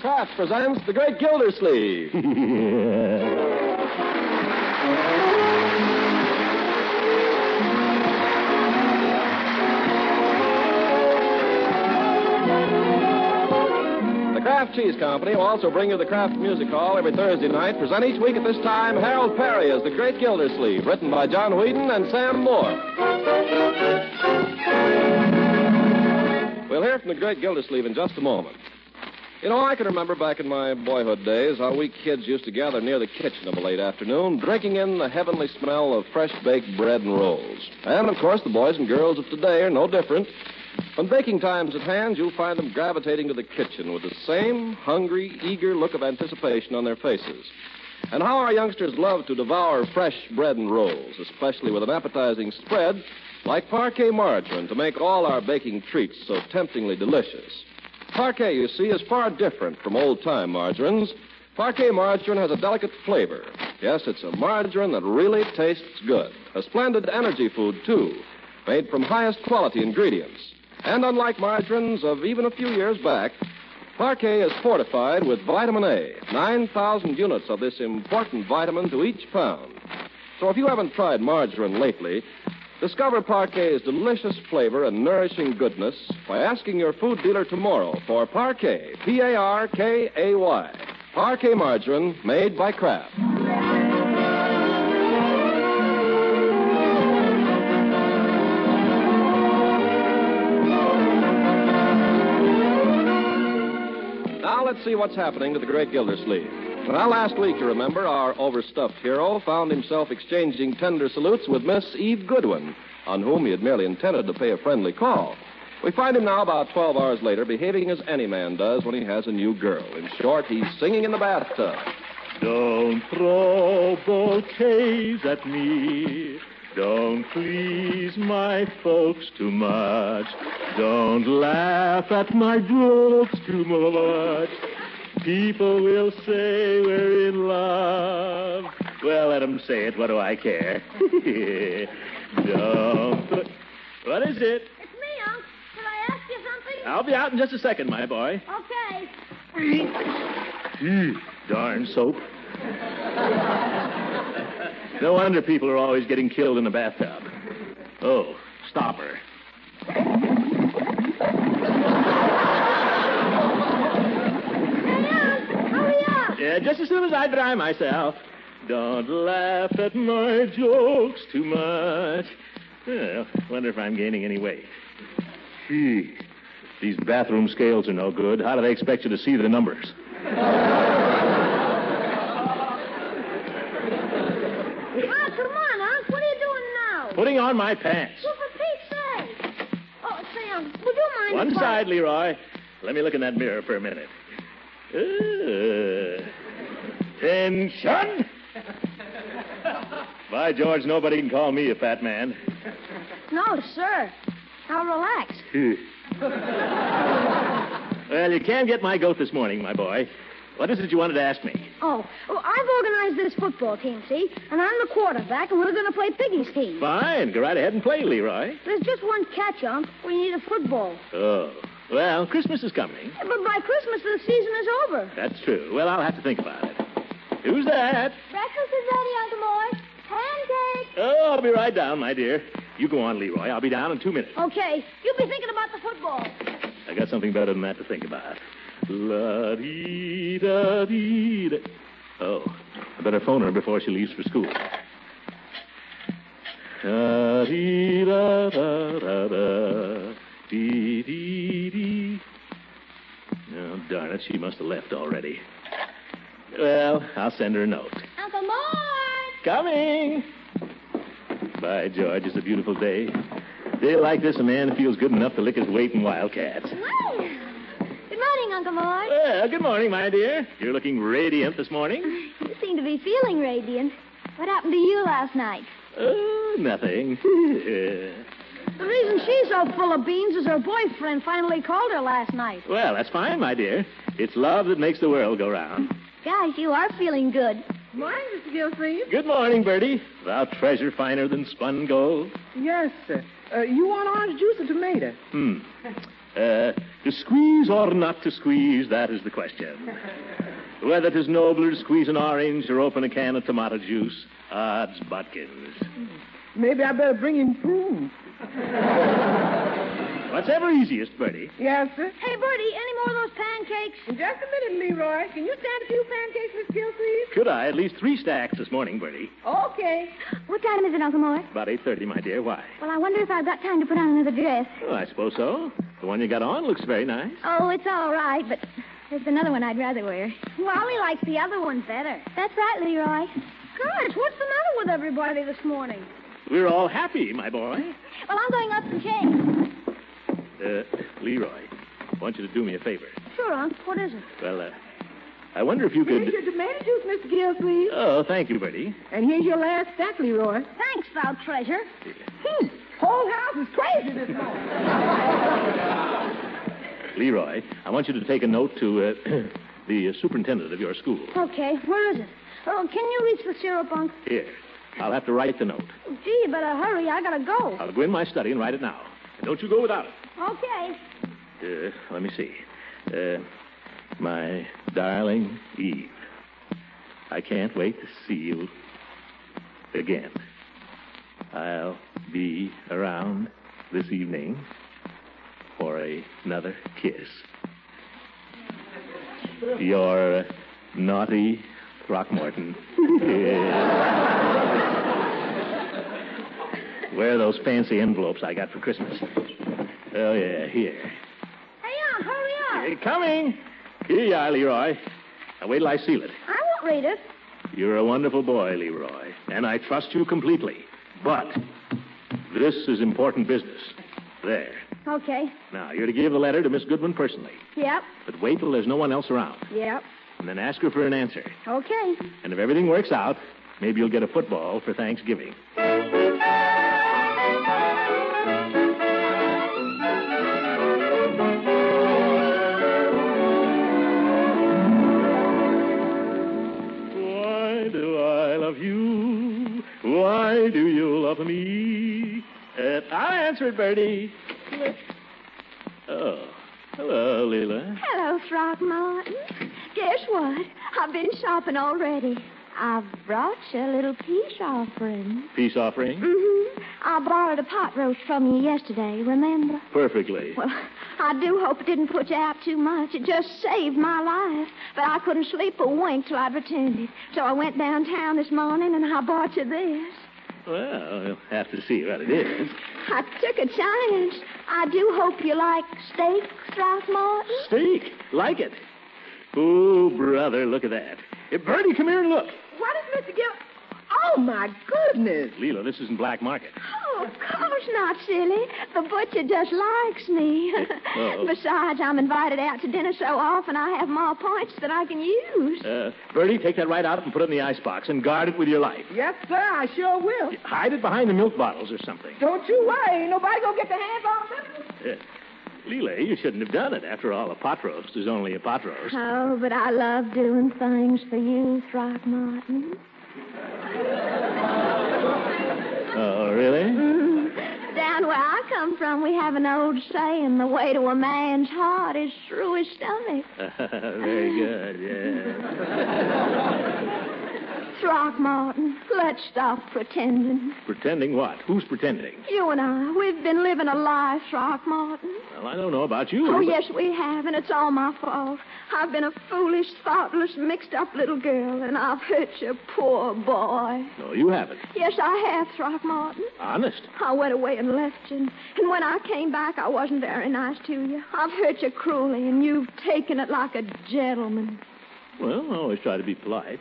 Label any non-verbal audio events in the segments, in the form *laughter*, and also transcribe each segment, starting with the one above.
Kraft presents The Great Gildersleeve. the Kraft Cheese Company will also bring you the Kraft Music Hall every Thursday night. Present each week at this time Harold Perry as The Great Gildersleeve, written by John Whedon and Sam Moore. We'll hear from the great Gildersleeve in just a moment. You know, I can remember back in my boyhood days how we kids used to gather near the kitchen of a late afternoon, drinking in the heavenly smell of fresh baked bread and rolls. And, of course, the boys and girls of today are no different. When baking time's at hand, you'll find them gravitating to the kitchen with the same hungry, eager look of anticipation on their faces. And how our youngsters love to devour fresh bread and rolls, especially with an appetizing spread like parquet margarine to make all our baking treats so temptingly delicious. Parquet, you see, is far different from old time margarines. Parquet margarine has a delicate flavor. Yes, it's a margarine that really tastes good. A splendid energy food, too, made from highest quality ingredients. And unlike margarines of even a few years back, Parquet is fortified with vitamin A, 9,000 units of this important vitamin to each pound. So if you haven't tried margarine lately, discover Parquet's delicious flavor and nourishing goodness by asking your food dealer tomorrow for Parquet, P A R K A Y. Parquet margarine made by Kraft. Now let's see what's happening to the great Gildersleeve. Now, last week, you remember, our overstuffed hero found himself exchanging tender salutes with Miss Eve Goodwin, on whom he had merely intended to pay a friendly call. We find him now about 12 hours later behaving as any man does when he has a new girl. In short, he's singing in the bathtub. Don't throw bouquets at me. Don't please my folks too much. Don't laugh at my jokes too much. People will say we're in love. Well, let 'em say it. What do I care? *laughs* Don't. thro- What is it? It's me, Unc. Could I ask you something? I'll be out in just a second, my boy. Okay. Mm, darn soap. no wonder people are always getting killed in the bathtub. Oh, stop her. Hey, Unc, hurry up. Yeah, just as soon as I dry myself. Don't laugh at my jokes too much. Well, wonder if I'm gaining any weight. Gee, these bathroom scales are no good. How do they expect you to see the numbers? Oh, come on, Unc. What are you doing now? Putting on my pants. Well, for Pete's sake. Oh, Sam, would you mind One if I- side, Leroy. Let me look in that mirror for a minute. Uh, *laughs* tension! By George, nobody can call me a fat *laughs* man. No, sir. Now relax. well, you can get my goat this morning, my boy. What is it you wanted to ask me? Oh, well, I've organized this football team, see? And I'm the quarterback, and we're going to play Piggy's team. Fine, go right ahead and play, Leroy. There's just one catch, Unc. We need a football. Oh. Well, Christmas is coming. But by Christmas, the season is over. That's true. Well, I'll have to think about it. Who's that? Breakfast is ready, Uncle Morris. Pancake. Oh, I'll be right down, my dear. You go on, Leroy. I'll be down in two minutes. Okay, you be thinking about the football. I got something better than that to think about. La dee da dee da. Oh, I better phone her before she leaves for school. Da dee da da da da. Dee dee dee. Oh, darn it, she must have left already. Well, I'll send her a note. Uncle Mort! Coming. By George, it's a beautiful day. Day like this, a man feels good enough to lick his weight in wildcats. Well, good morning, Uncle Mort. Well, Uh, good morning, my dear. You're looking radiant this morning. You seem to be feeling radiant. What happened to you last night? Oh, nothing. *laughs* Uh, The reason she's so full of beans is her boyfriend finally called her last night. well, that's fine, my dear. It's love that makes the world go round. Gosh, you are feeling good. Morning, Mr. Gilsleeve. Good morning, Bertie. Thou treasure finer than spun gold. Yes, sir. Uh, you want orange juice or tomato? Hmm. Uh, To squeeze or not to squeeze, that is the question. *laughs* Whether 'tis nobler to squeeze an orange or open a can of tomato juice, odds butkins. Maybe I better bring him food. What's ever easiest, Bertie? Yes, sir. Hey, Bertie, any more of those pancakes? Just a minute, Leroy. Can you stand a few pancakes, Miss Gilsleeve? Could I? At least three stacks this morning, Bertie. Okay. What time is it, Uncle Mort? About 8.30, my dear. Why? Well, I wonder if I've got time to put on another dress. Oh, I suppose so. The one you got on looks very nice. Oh, it's all right, but there's another one I'd rather wear. Wally likes the other one better. That's right, Leroy. Gosh, what's the matter with everybody this morning? We're all happy, my boy. Well, I'm going up and change. Uh, Leroy, I want you to do me a favor. Sure, Unc. What is it? Well, uh, I wonder if you Here's could... your tomato juice, Miss Gilsleeve. Oh, thank you, Bertie. And here's your last stack, Leroy. Thanks, thou treasure. Hmm. Whole house is crazy this morning. Leroy, I want you to take a note to uh, *clears throat* the superintendent of your school. Okay, where is it? Oh, can you reach the syrup, Unc? Here. I'll have to write the note. Gee, better hurry. I gotta go. I'll go in my study and write it now. And don't you go without Okay. it. Uh, let me see. Uh, my darling Eve, I can't wait to see you again. I'll be around this evening for a- another kiss. Your uh, naughty Throckmorton. Where are those fancy envelopes I got for Christmas? Oh, yeah, here. Hey, Unc, hurry Hey, up. coming. Here you are, Leroy. Now wait till I seal it. I won't read it. You're a wonderful boy, Leroy, and I trust you completely. But this is important business. There. Okay. Now, you're to give the letter to Miss Goodwin personally, Yep. but wait till there's no one else around, Yep. and then ask her for an answer. Okay. And if everything works out, maybe you'll get a football for Thanksgiving. Why do I love you? Why do you love me? And I'll answer it, Bertie. Oh, hello, Leela. Hello, Throckmorton. Guess what? I've been shopping already. I've brought you a little peace offering. Peace offering? Mm-hmm. I borrowed a pot roast from you yesterday, remember? Perfectly. Well, I do hope it didn't put you out too much. It just saved my life. But I couldn't sleep a wink till I'd returned it. So I went downtown this morning and I bought you this. Well, we'll have to see what it is. I took a chance. I do hope you like steak, Throckmorton. Steak. Like it. Oh, brother, look at that. Hey, Bertie, come here and look. What is Mr. Gill? Oh, my goodness. Leela, this isn't black market. Oh, of course not, silly. The butcher just likes me. Oh. Besides, I'm invited out to dinner so often I have more points than I can use. Uh, Bertie, take that right out and put it in the icebox and guard it with your life. Yes, sir, I sure will. Hide it behind the milk bottles or something. Don't you worry. Ain't nobody gonna get their hands on them. Uh, Leela, you shouldn't have done it. After all, a pot roast is only a pot *laughs* roast. Oh, but I love doing things for you, Throckmorton. Oh, really? *laughs* Mm. *laughs* Down where I come from, we have an old saying the way to a man's heart is through his stomach. Very good, yeah. Throckmorton, let's stop pretending. Pretending what? Who's pretending? You and I, we've been living a lie, Throckmorton. Well, I don't know about you. Oh, but- yes, we have, and it's all my fault. I've been a foolish, thoughtless, mixed up little girl, and I've hurt you, poor boy. No, you haven't. Yes, I have, Throckmorton. Honest. I went away and left you, and when I came back, I wasn't very nice to you. I've hurt you cruelly, and you've taken it like a gentleman. Well, I always try to be polite.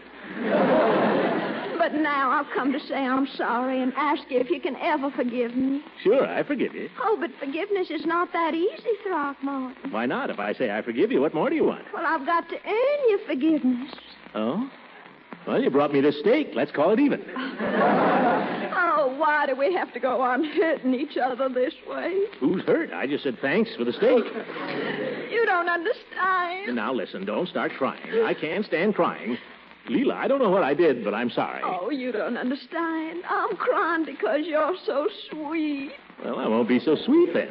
But now I've come to say I'm sorry and ask you if you can ever forgive me. Sure, I forgive you. Oh, but forgiveness is not that easy, Throckmorton. Why not? If I say I forgive you, what more do you want? Well, I've got to earn your forgiveness. Oh? Well, you brought me this steak. Let's call it even. Oh, why do we have to go on hurting each other this way? Who's hurt? I just said thanks for the steak. You don't understand. Now listen, don't start crying. I can't stand crying. Leela, I don't know what I did, but I'm sorry. Oh, you don't understand. I'm crying because you're so sweet. Well, I won't be so sweet then.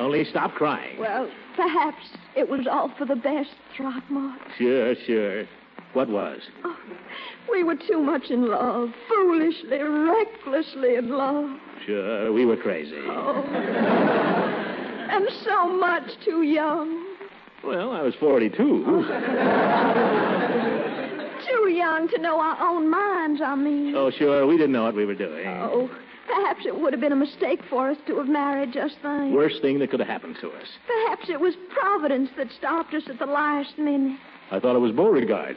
Only stop crying. Well, perhaps it was all for the best, Throckmorton. Sure, sure. What was? Oh, we were too much in love, foolishly, recklessly in love. Sure, we were crazy. Oh. and so much too young. Well, I was 42. Too young to know our own minds, I mean. Oh, sure, we didn't know what we were doing. Oh, perhaps it would have been a mistake for us to have married just then. Worst thing that could have happened to us. Perhaps it was Providence that stopped us at the last minute. Oh, I thought it was Beauregard.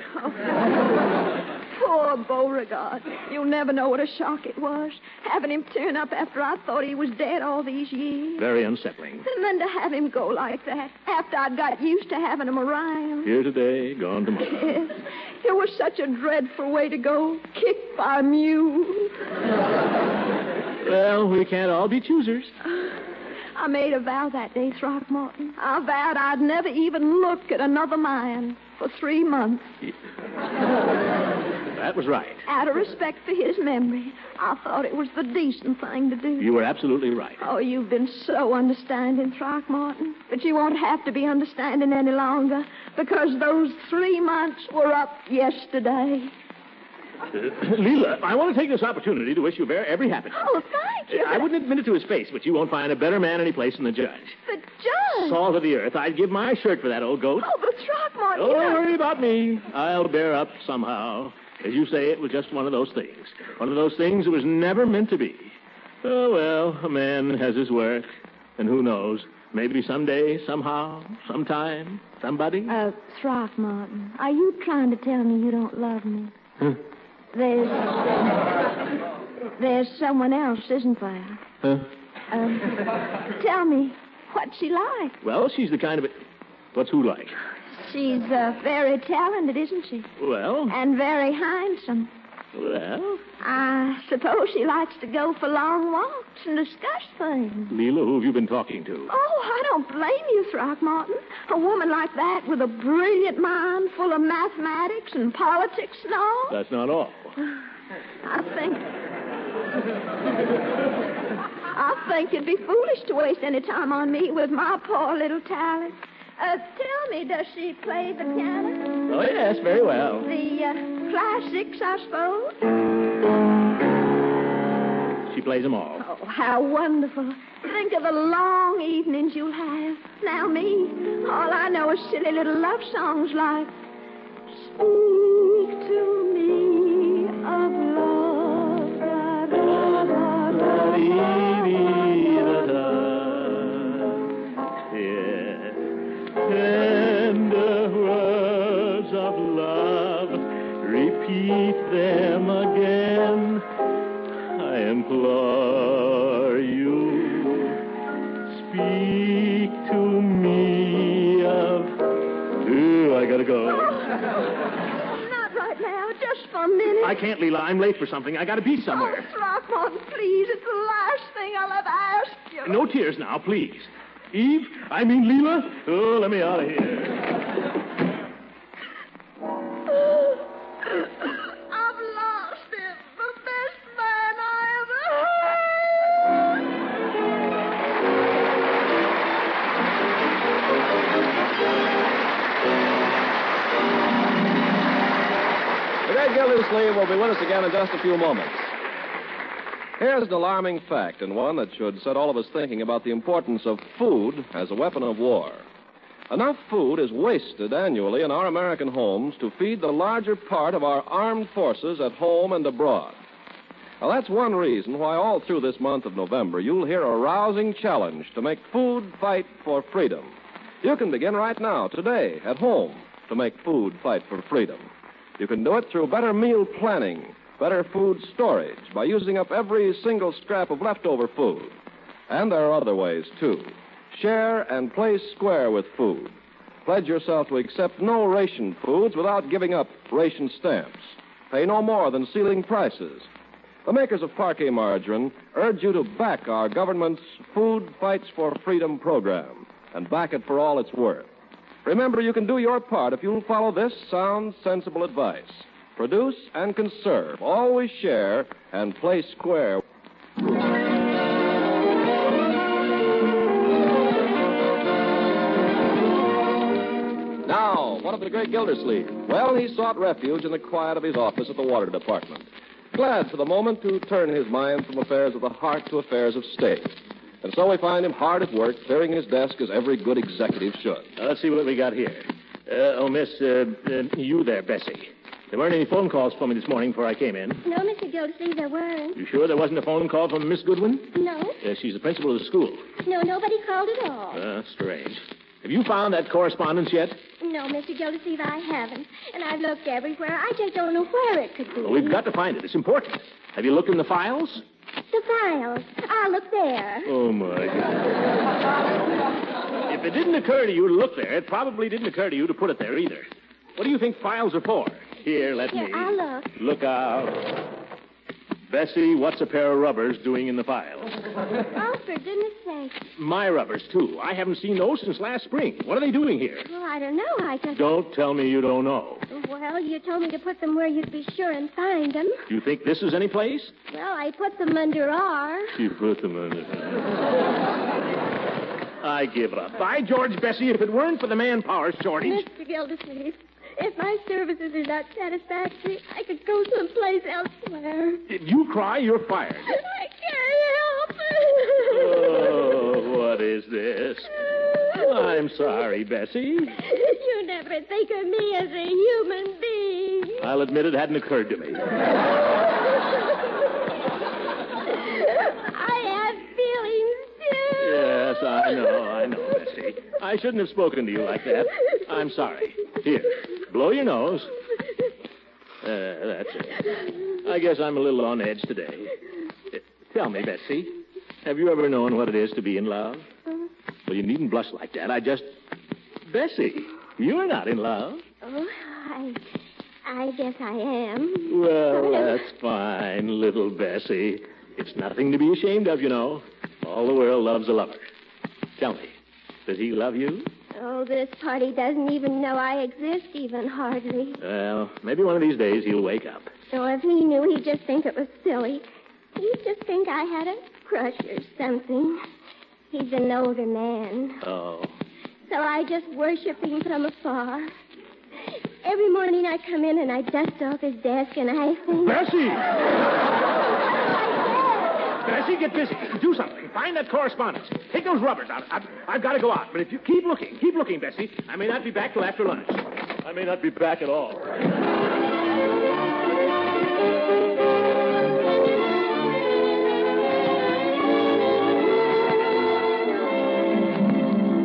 Poor Beauregard. You'll never know what a shock it was, having him turn up after I thought he was dead all these years. Very unsettling. And then to have him go like that, after I'd got used to having him around. Here today, gone tomorrow. Yes. It was such a dreadful way to go, kicked by a mule. Well, we can't all be choosers. I made a vow that day, Throckmorton. I vowed I'd never even look at another man for three months. That was right. Out of respect for his memory, I thought it was the decent thing to do. You were absolutely right. Oh, you've been so understanding, Throckmorton. But you won't have to be understanding any longer because those three months were up yesterday. *laughs* Leela, I want to take this opportunity to wish you very every happiness. Oh, thank you. I wouldn't admit it to his face, but you won't find a better man any place than the judge. But, Judge. Salt of the earth. I'd give my shirt for that old goat. Oh, but Throckmorton. Don't you know- worry about me. I'll bear up somehow. As you say, it was just one of those things. One of those things that was never meant to be. Oh, well, a man has his work. And who knows? Maybe someday, somehow, sometime, somebody. Uh, Throckmorton, are you trying to tell me you don't love me? There's. There's someone else, isn't there? Huh? Um, tell me, what's she like? Well, she's the kind of a... What's who like? She's uh, very talented, isn't she? Well, And very handsome. well, I suppose she likes to go for long walks and discuss things. Leela, who have you been talking to? Oh, I don't blame you, Throckmorton. A woman like that with a brilliant mind full of mathematics and politics and all. That's not all. I think. I think it'd be foolish to waste any time on me with my poor little talent. Uh, tell me, does she play the piano? Oh, yes, very well. The uh, classics, I suppose? She plays them all. Oh, how wonderful. Think of the long evenings you'll have. Now, me, all I know is silly little love songs like Speak to me of love. da, da, da, da, da." Tender words of love, repeat them again. I implore you, speak to me of. Ooh, I gotta go. Not right now, just for a minute. I can't, Leela. I'm late for something. I gotta be Oh, somewhere. Throckmorton, please, it's the last thing I'll ever ask you. No tears now, please. Eve, I mean Leela. Oh, let me out of here. I've lost him, the best man I ever had. The great Gildersleeve will be with us again in just a few moments. Here's an alarming fact, and one that should set all of us thinking about the importance of food as a weapon of war. Enough food is wasted annually in our American homes to feed the larger part of our armed forces at home and abroad. Now, that's one reason why all through this month of November you'll hear a rousing challenge to make food fight for freedom. You can begin right now, today, at home, to make food fight for freedom. You can do it through better meal planning, better food storage, by using up every single scrap of leftover food. And there are other ways, too. Share and play square with food. Pledge yourself to accept no ration foods without giving up ration stamps. Pay no more than ceiling prices. The makers of parquet margarine urge you to back our government's Food Fights for Freedom program and back it for all it's worth. Remember, you can do your part if you'll follow this sound, sensible advice. Produce and conserve, always share, and play square. one of the great Gildersleeve. Well, he sought refuge in the quiet of his office at the Water Department, glad for the moment to turn his mind from affairs of the heart to affairs of state. And so we find him hard at work, clearing his desk as every good executive should. Now, let's see what we got here. Uh, oh, Miss, uh, uh, you there, Bessie. There weren't any phone calls for me this morning before I came in. No, Mr. Gildersleeve, there weren't. You sure there wasn't a phone call from Miss Goodwin? No, Uh, she's the principal of the school. no, nobody called at all. Uh, strange. Have you found that correspondence yet? No, Mr. Gildersleeve, I haven't. And I've looked everywhere. I just don't know where it could be. Well, we've got to find it. It's important. Have you looked in the files? The files. I'll look there. Oh, my God. if it didn't occur to you to look there, it probably didn't occur to you to put it there either. What do you think files are for? Here, let Here, me. I'll look. Look out. Bessie, what's a pair of rubbers doing in the files? Oh, for goodness sake. My rubbers, too. I haven't seen those since last spring. What are they doing here? Well, I don't know. I just. Don't tell me you don't know. Well, you told me to put them where you'd be sure and find them. You think this is any place? Well, I put them under R. She put them in I give up. By George, Bessie, if it weren't for the manpower shortage. Mr. Gildersleeve, if my services are not satisfactory, I could go someplace elsewhere. If you cry, you're fired. I can't help it. Oh, what is this? Oh. I'm sorry, Bessie. You never think of me as a human being. I'll admit it hadn't occurred to me. I have feelings too. Yes, I know, I know, Bessie. I shouldn't have spoken to you like that. I'm sorry. Here, blow your nose. Uh, that's it. I guess I'm a little on edge today. Uh, Tell me, Bessie, have you ever known what it is to be in love? Well, you needn't blush like that. I just. Bessie, you're not in love. Oh, I, I guess I am. Well, that's fine, little Bessie. It's nothing to be ashamed of, you know. All the world loves a lover. Tell me, does he love you? Oh, this party doesn't even know I exist, even hardly. Well, maybe one of these days he'll wake up. So if he knew, he'd just think it was silly. He'd just think I had a crush or something. He's an older man, Oh. so I just worship him from afar. Every morning I come in and I dust off his desk and I think. Bessie! Bessie, get busy. Do something. Find that correspondence. Take those rubbers out. I've, I've got to go out. But if you keep looking, keep looking, Bessie, I may not be back till after lunch. I may not be back at all.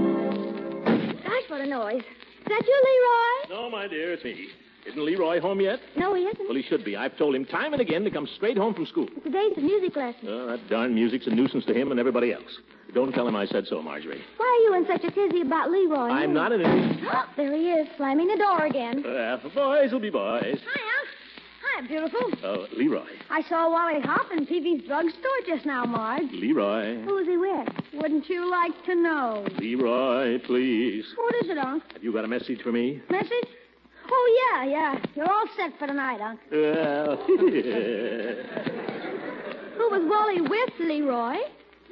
Gosh, what a noise. Is that you, Leroy? No, my dear, it's me. Isn't Leroy home yet? No, he isn't. Well, he should be. I've told him time and again to come straight home from school. Today's the music lesson. Oh, that darn music's a nuisance to him and everybody else. Don't tell him I said so, Marjorie. Why are you in such a tizzy about Leroy? I'm not in it. *gasps* there he is, slamming the door again. Uh, boys will be boys. Hi, Al. Hi, beautiful. Oh, Leroy. I saw Wally Hop in Peavy's drugstore just now, Marge. Leroy. Who is he with? Wouldn't you like to know? Leroy, please. What is it, Unc? Have you got a message for me? Message? Oh, yeah, yeah. You're all set for tonight, Unc. Well, *laughs* Who was Wally with, Leroy?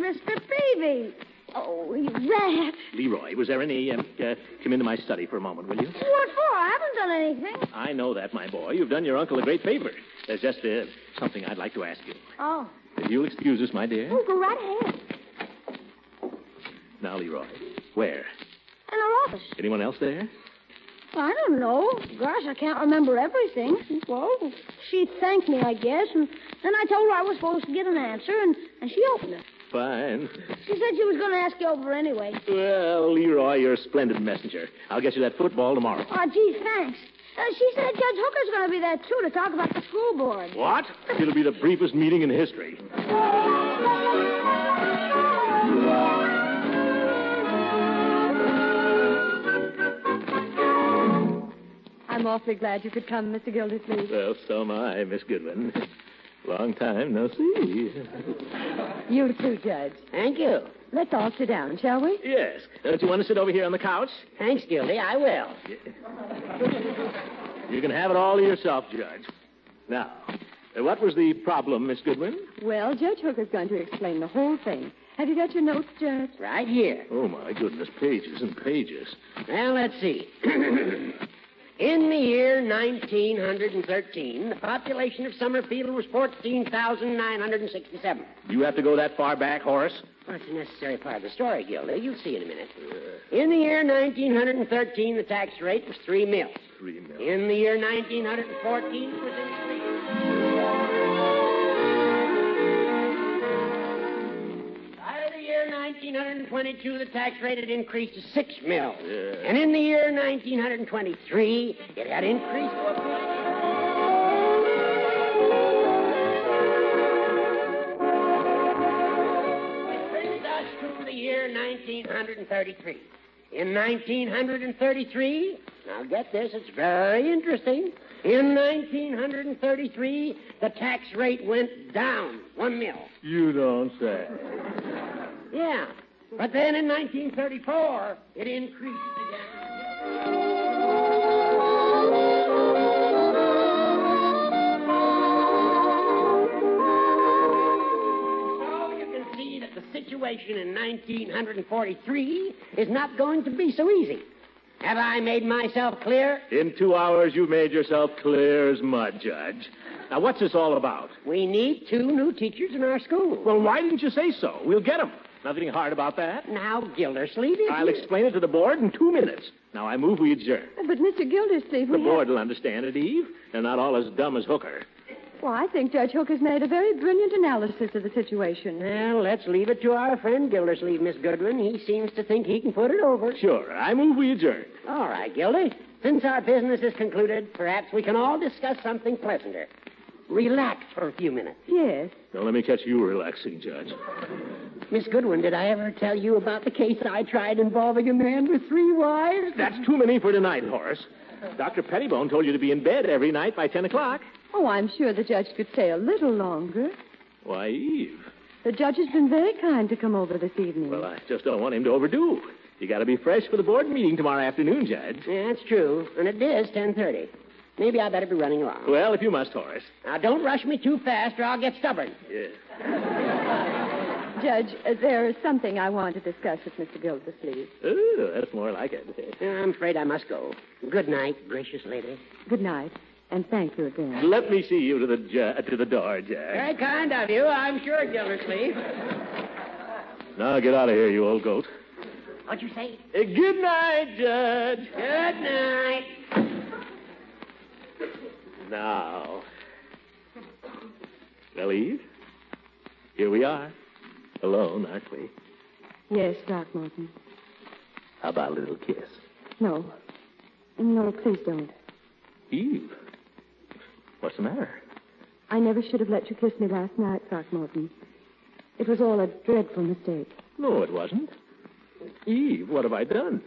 Mr. Peavy. Oh, you rat. Leroy, was there any? Um, uh, come into my study for a moment, will you? What for? I haven't done anything. I know that, my boy. You've done your uncle a great favor. There's just uh, something I'd like to ask you. Oh. If you'll excuse us, my dear. Oh, go right ahead. Now, Leroy, where? In our office. Anyone else there? I don't know. Gosh, I can't remember everything. Well, she thanked me, I guess, and then I told her I was supposed to get an answer, and, and she opened it. Fine. She said she was going to ask you over anyway. Well, Leroy, you're a splendid messenger. I'll get you that football tomorrow. Oh, gee, thanks. Uh, she said Judge Hooker's going to be there, too, to talk about the school board. What? It'll be the briefest meeting in history. I'm awfully glad you could come, Mr. Gildersleeve. Well, so am I, Miss Goodwin. Long time no see. You too, Judge. Thank you. Let's all sit down, shall we? Yes. Don't you want to sit over here on the couch? Thanks, Gildy. I will. You can have it all to yourself, Judge. Now, uh, what was the problem, Miss Goodwin? Well, Judge Hooker's going to explain the whole thing. Have you got your notes, Judge? Right here. Oh, my goodness, pages and pages. Well, let's see. *clears throat* In the year 1913, the population of Summerfield was 14,967. You have to go that far back, Horace? Well, it's a necessary part of the story, Gilda. You'll see in a minute. Uh, In the year 1913, the tax rate was three mils. Three mil. In the year 1914, it was increased. By the year 1922, the tax rate had increased to six mils. Yeah. And in the year 1923, it had increased to a point. It brings us to the year 1933. In 1933, now get this, it's very interesting. In 1933, the tax rate went down one mil. You don't say. Yeah. But then in 1934, it increased again. So you can see that the situation in 1943 is not going to be so easy. Have I made myself clear? In two hours, you made yourself clear as mud, Judge. Now, what's this all about? We need two new teachers in our school. Well, why didn't you say so? We'll get 'em. Nothing hard about that. now, Gildersleeve. if I'll you- explain it to the board in two minutes. Now, I move we adjourn. But Mr. Gildersleeve, The we board will understand it, Eve. They're not all as dumb as Hooker. Have... Well, I think Judge Hook has made a very brilliant analysis of the situation. Well, let's leave it to our friend Gildersleeve, Miss Goodwin. He seems to think he can put it over. Sure, I move we adjourn. All right, Gildy. Since our business is concluded, perhaps we can all discuss something pleasanter. Relax for a few minutes. Yes. Now, let me catch you relaxing, Judge. Miss Goodwin, did I ever tell you about the case I tried involving a man with three wives? That's too many for tonight, Horace. Dr. Pettibone told you to be in bed every night by 10 o'clock. Oh, I'm sure the judge could stay a little longer. Why, Eve? The judge has been very kind to come over this evening. Well, I just don't want him to overdo. You got to be fresh for the board meeting tomorrow afternoon, Judge. Yeah, that's true. And it is 10.30. Maybe I better be running along. Well, if you must, Horace. Now, don't rush me too fast or I'll get stubborn. Yeah. Judge, uh, there is something I want to discuss with Mr. Gildersleeve. Oh, that's more like it. I'm afraid I must go. Good night, gracious lady. Good night, and thank you again. Let me see you to the ju- to the door, Judge. Very kind of you, I'm sure, Gildersleeve. Now get out of here, you old goat. What'd you say? Uh, good night, Judge. Good night. Now. Well, Eve, here we are. Alone, aren't we? Yes, Throckmorton. How about a little kiss? No. No, please don't. Eve, what's the matter? I never should have let you kiss me last night, Throckmorton. It was all a dreadful mistake. No, it wasn't. Eve, what have I done?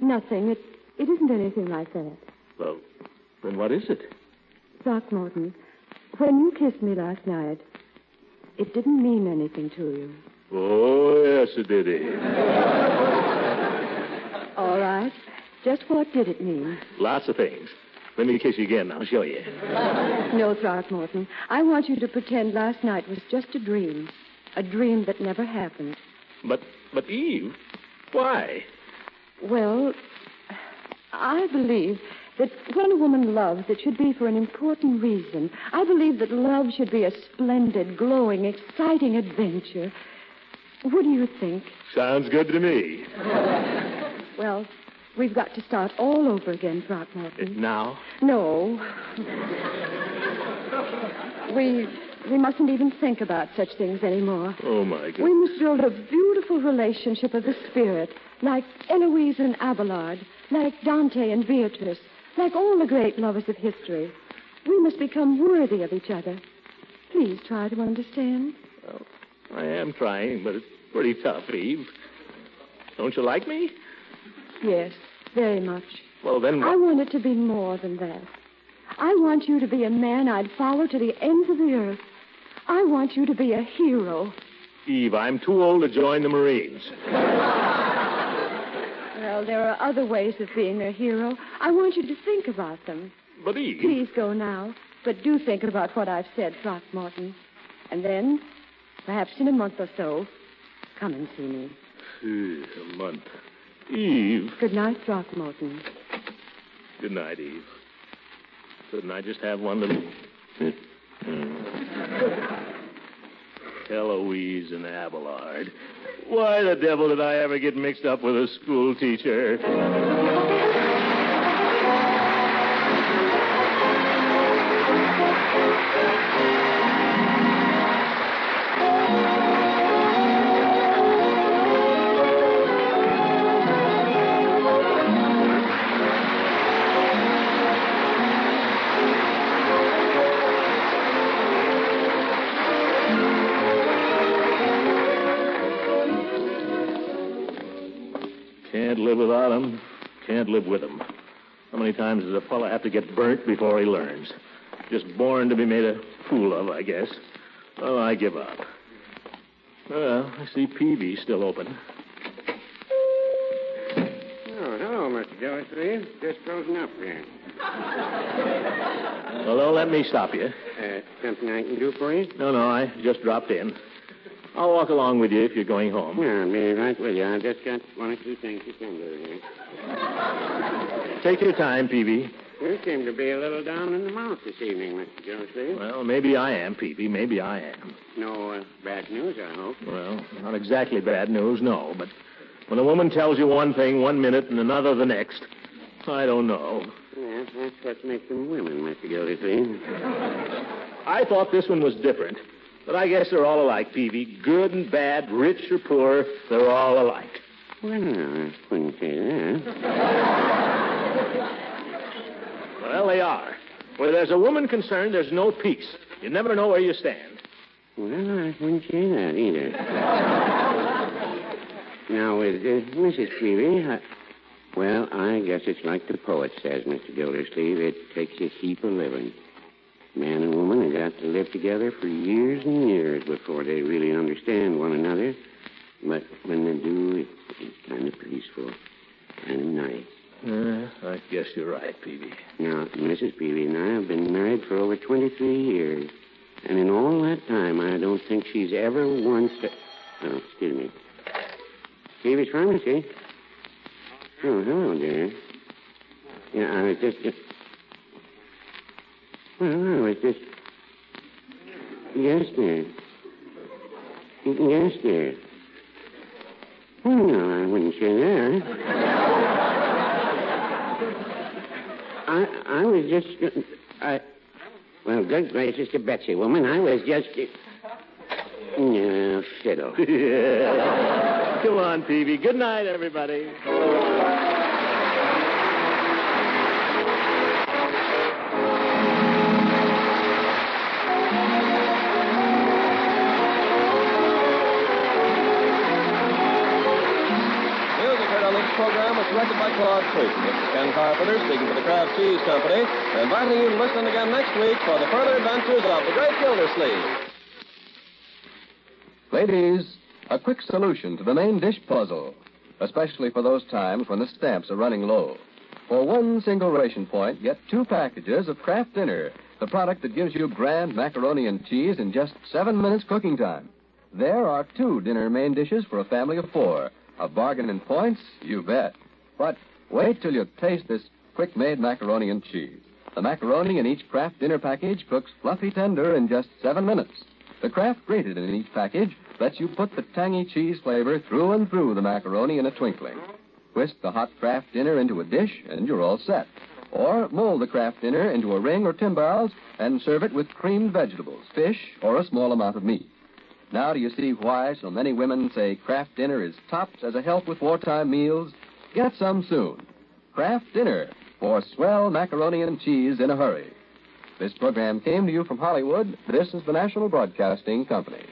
Nothing. It, it isn't anything like that. Well, then what is it? Throckmorton, when you kissed me last night, it didn't mean anything to you. Oh, yes, it did, Eve. All right. Just what did it mean? Lots of things. Let me kiss you again. I'll show you. No, Throckmorton. I want you to pretend last night was just a dream. A dream that never happened. But, but Eve, why? Well, I believe that when a woman loves, it should be for an important reason. I believe that love should be a splendid, glowing, exciting adventure. What do you think? Sounds good to me. Well, we've got to start all over again, Throckmorton. Now? No. *laughs* we we mustn't even think about such things anymore. Oh, my goodness. We must build a beautiful relationship of the spirit, like Eloise and Abelard, like Dante and Beatrice, like all the great lovers of history. We must become worthy of each other. Please try to understand. Well, I am trying, but it's pretty tough, Eve. Don't you like me? Yes, very much. Well, then I what? want it to be more than that. I want you to be a man I'd follow to the ends of the earth. I want you to be a hero. Eve, I'm too old to join the Marines. Well, there are other ways of being a hero. I want you to think about them. But Eve, Please go now, but do think about what I've said, Throckmorton. And then, perhaps in a month or so, come and see me. Eh, a month. Eve. Good night, Throckmorton. Good night, Eve. Couldn't I just have one little. *laughs* Eloise and Abelard. Why the devil did I ever get mixed up with a school teacher? Can't live without him. Can't live with him. How many times does a fella have to get burnt before he learns? Just born to be made a fool of, I guess. Well, I give up. Well, I see Peavy's still open. Oh, hello, Mr. Gillespie. Just frozen up here. Well, don't let me stop you. Uh, something I can do for you? No, no, I just dropped in. I'll walk along with you if you're going home. Yeah, I'll be right with you. I just got one or two things to send over here. Take your time, Peavy. You seem to be a little down in the mouth this evening, Mr. Gillespie. Well, maybe I am, Peavy. Maybe I am. No uh, bad news, I hope. Well, not exactly bad news, no. But when a woman tells you one thing one minute and another the next, I don't know. Yeah, that's what makes them women, Mr. Gillespie. I thought this one was different, but I guess they're all alike, Peavy. Good and bad, rich or poor, they're all alike. Well, I wouldn't say that. Well, they are. Where there's a woman concerned, there's no peace. You never know where you stand. Well, I wouldn't say that either. now, with uh, Mrs. Peavy, I... well, I guess it's like the poet says, Mr. Gildersleeve. It takes a heap of living. Man and woman have got to live together for years and years before they really understand one another. But when they do, it, it's kind of peaceful, kind of nice. Uh, I guess you're right, Peavy. Now, Mrs. Peavy and I have been married for over 23 years. And in all that time, I don't think she's ever once. Oh, excuse me. Peavy's Pharmacy. Oh, hello, dear. Yeah, I was just. Well, I was just. Yes, dear. Yes, dear. Well, no, I wouldn't say that. I, I was just, I, well, good gracious to Betsy, woman, I was just, no fiddle. Come on, Peavy. Good night, everybody. Music heard on this program was directed by Claude Clayton. This is Ken Carpenter speaking for the Kraft Cheese Company, inviting you to listen again next week for the further adventures of the Great Gildersleeve. Ladies, a quick solution to the main dish puzzle, especially for those times when the stamps are running low. For one single ration point, get two packages of Kraft Dinner, the product that gives you grand macaroni and cheese in just seven minutes cooking time. There are two dinner main dishes for a family of four. A bargain in points, you bet. But wait till you taste this quick made macaroni and cheese. The macaroni in each Kraft dinner package cooks fluffy tender in just seven minutes. The Kraft grated in each package lets you put the tangy cheese flavor through and through the macaroni in a twinkling. Whisk the hot Kraft dinner into a dish, and you're all set. Or mold the Kraft dinner into a ring or timbales and serve it with creamed vegetables, fish, or a small amount of meat. Now, do you see why so many women say Kraft dinner is tops as a help with wartime meals? Get some soon. Kraft dinner for swell macaroni and cheese in a hurry. This program came to you from Hollywood. This is the National Broadcasting Company.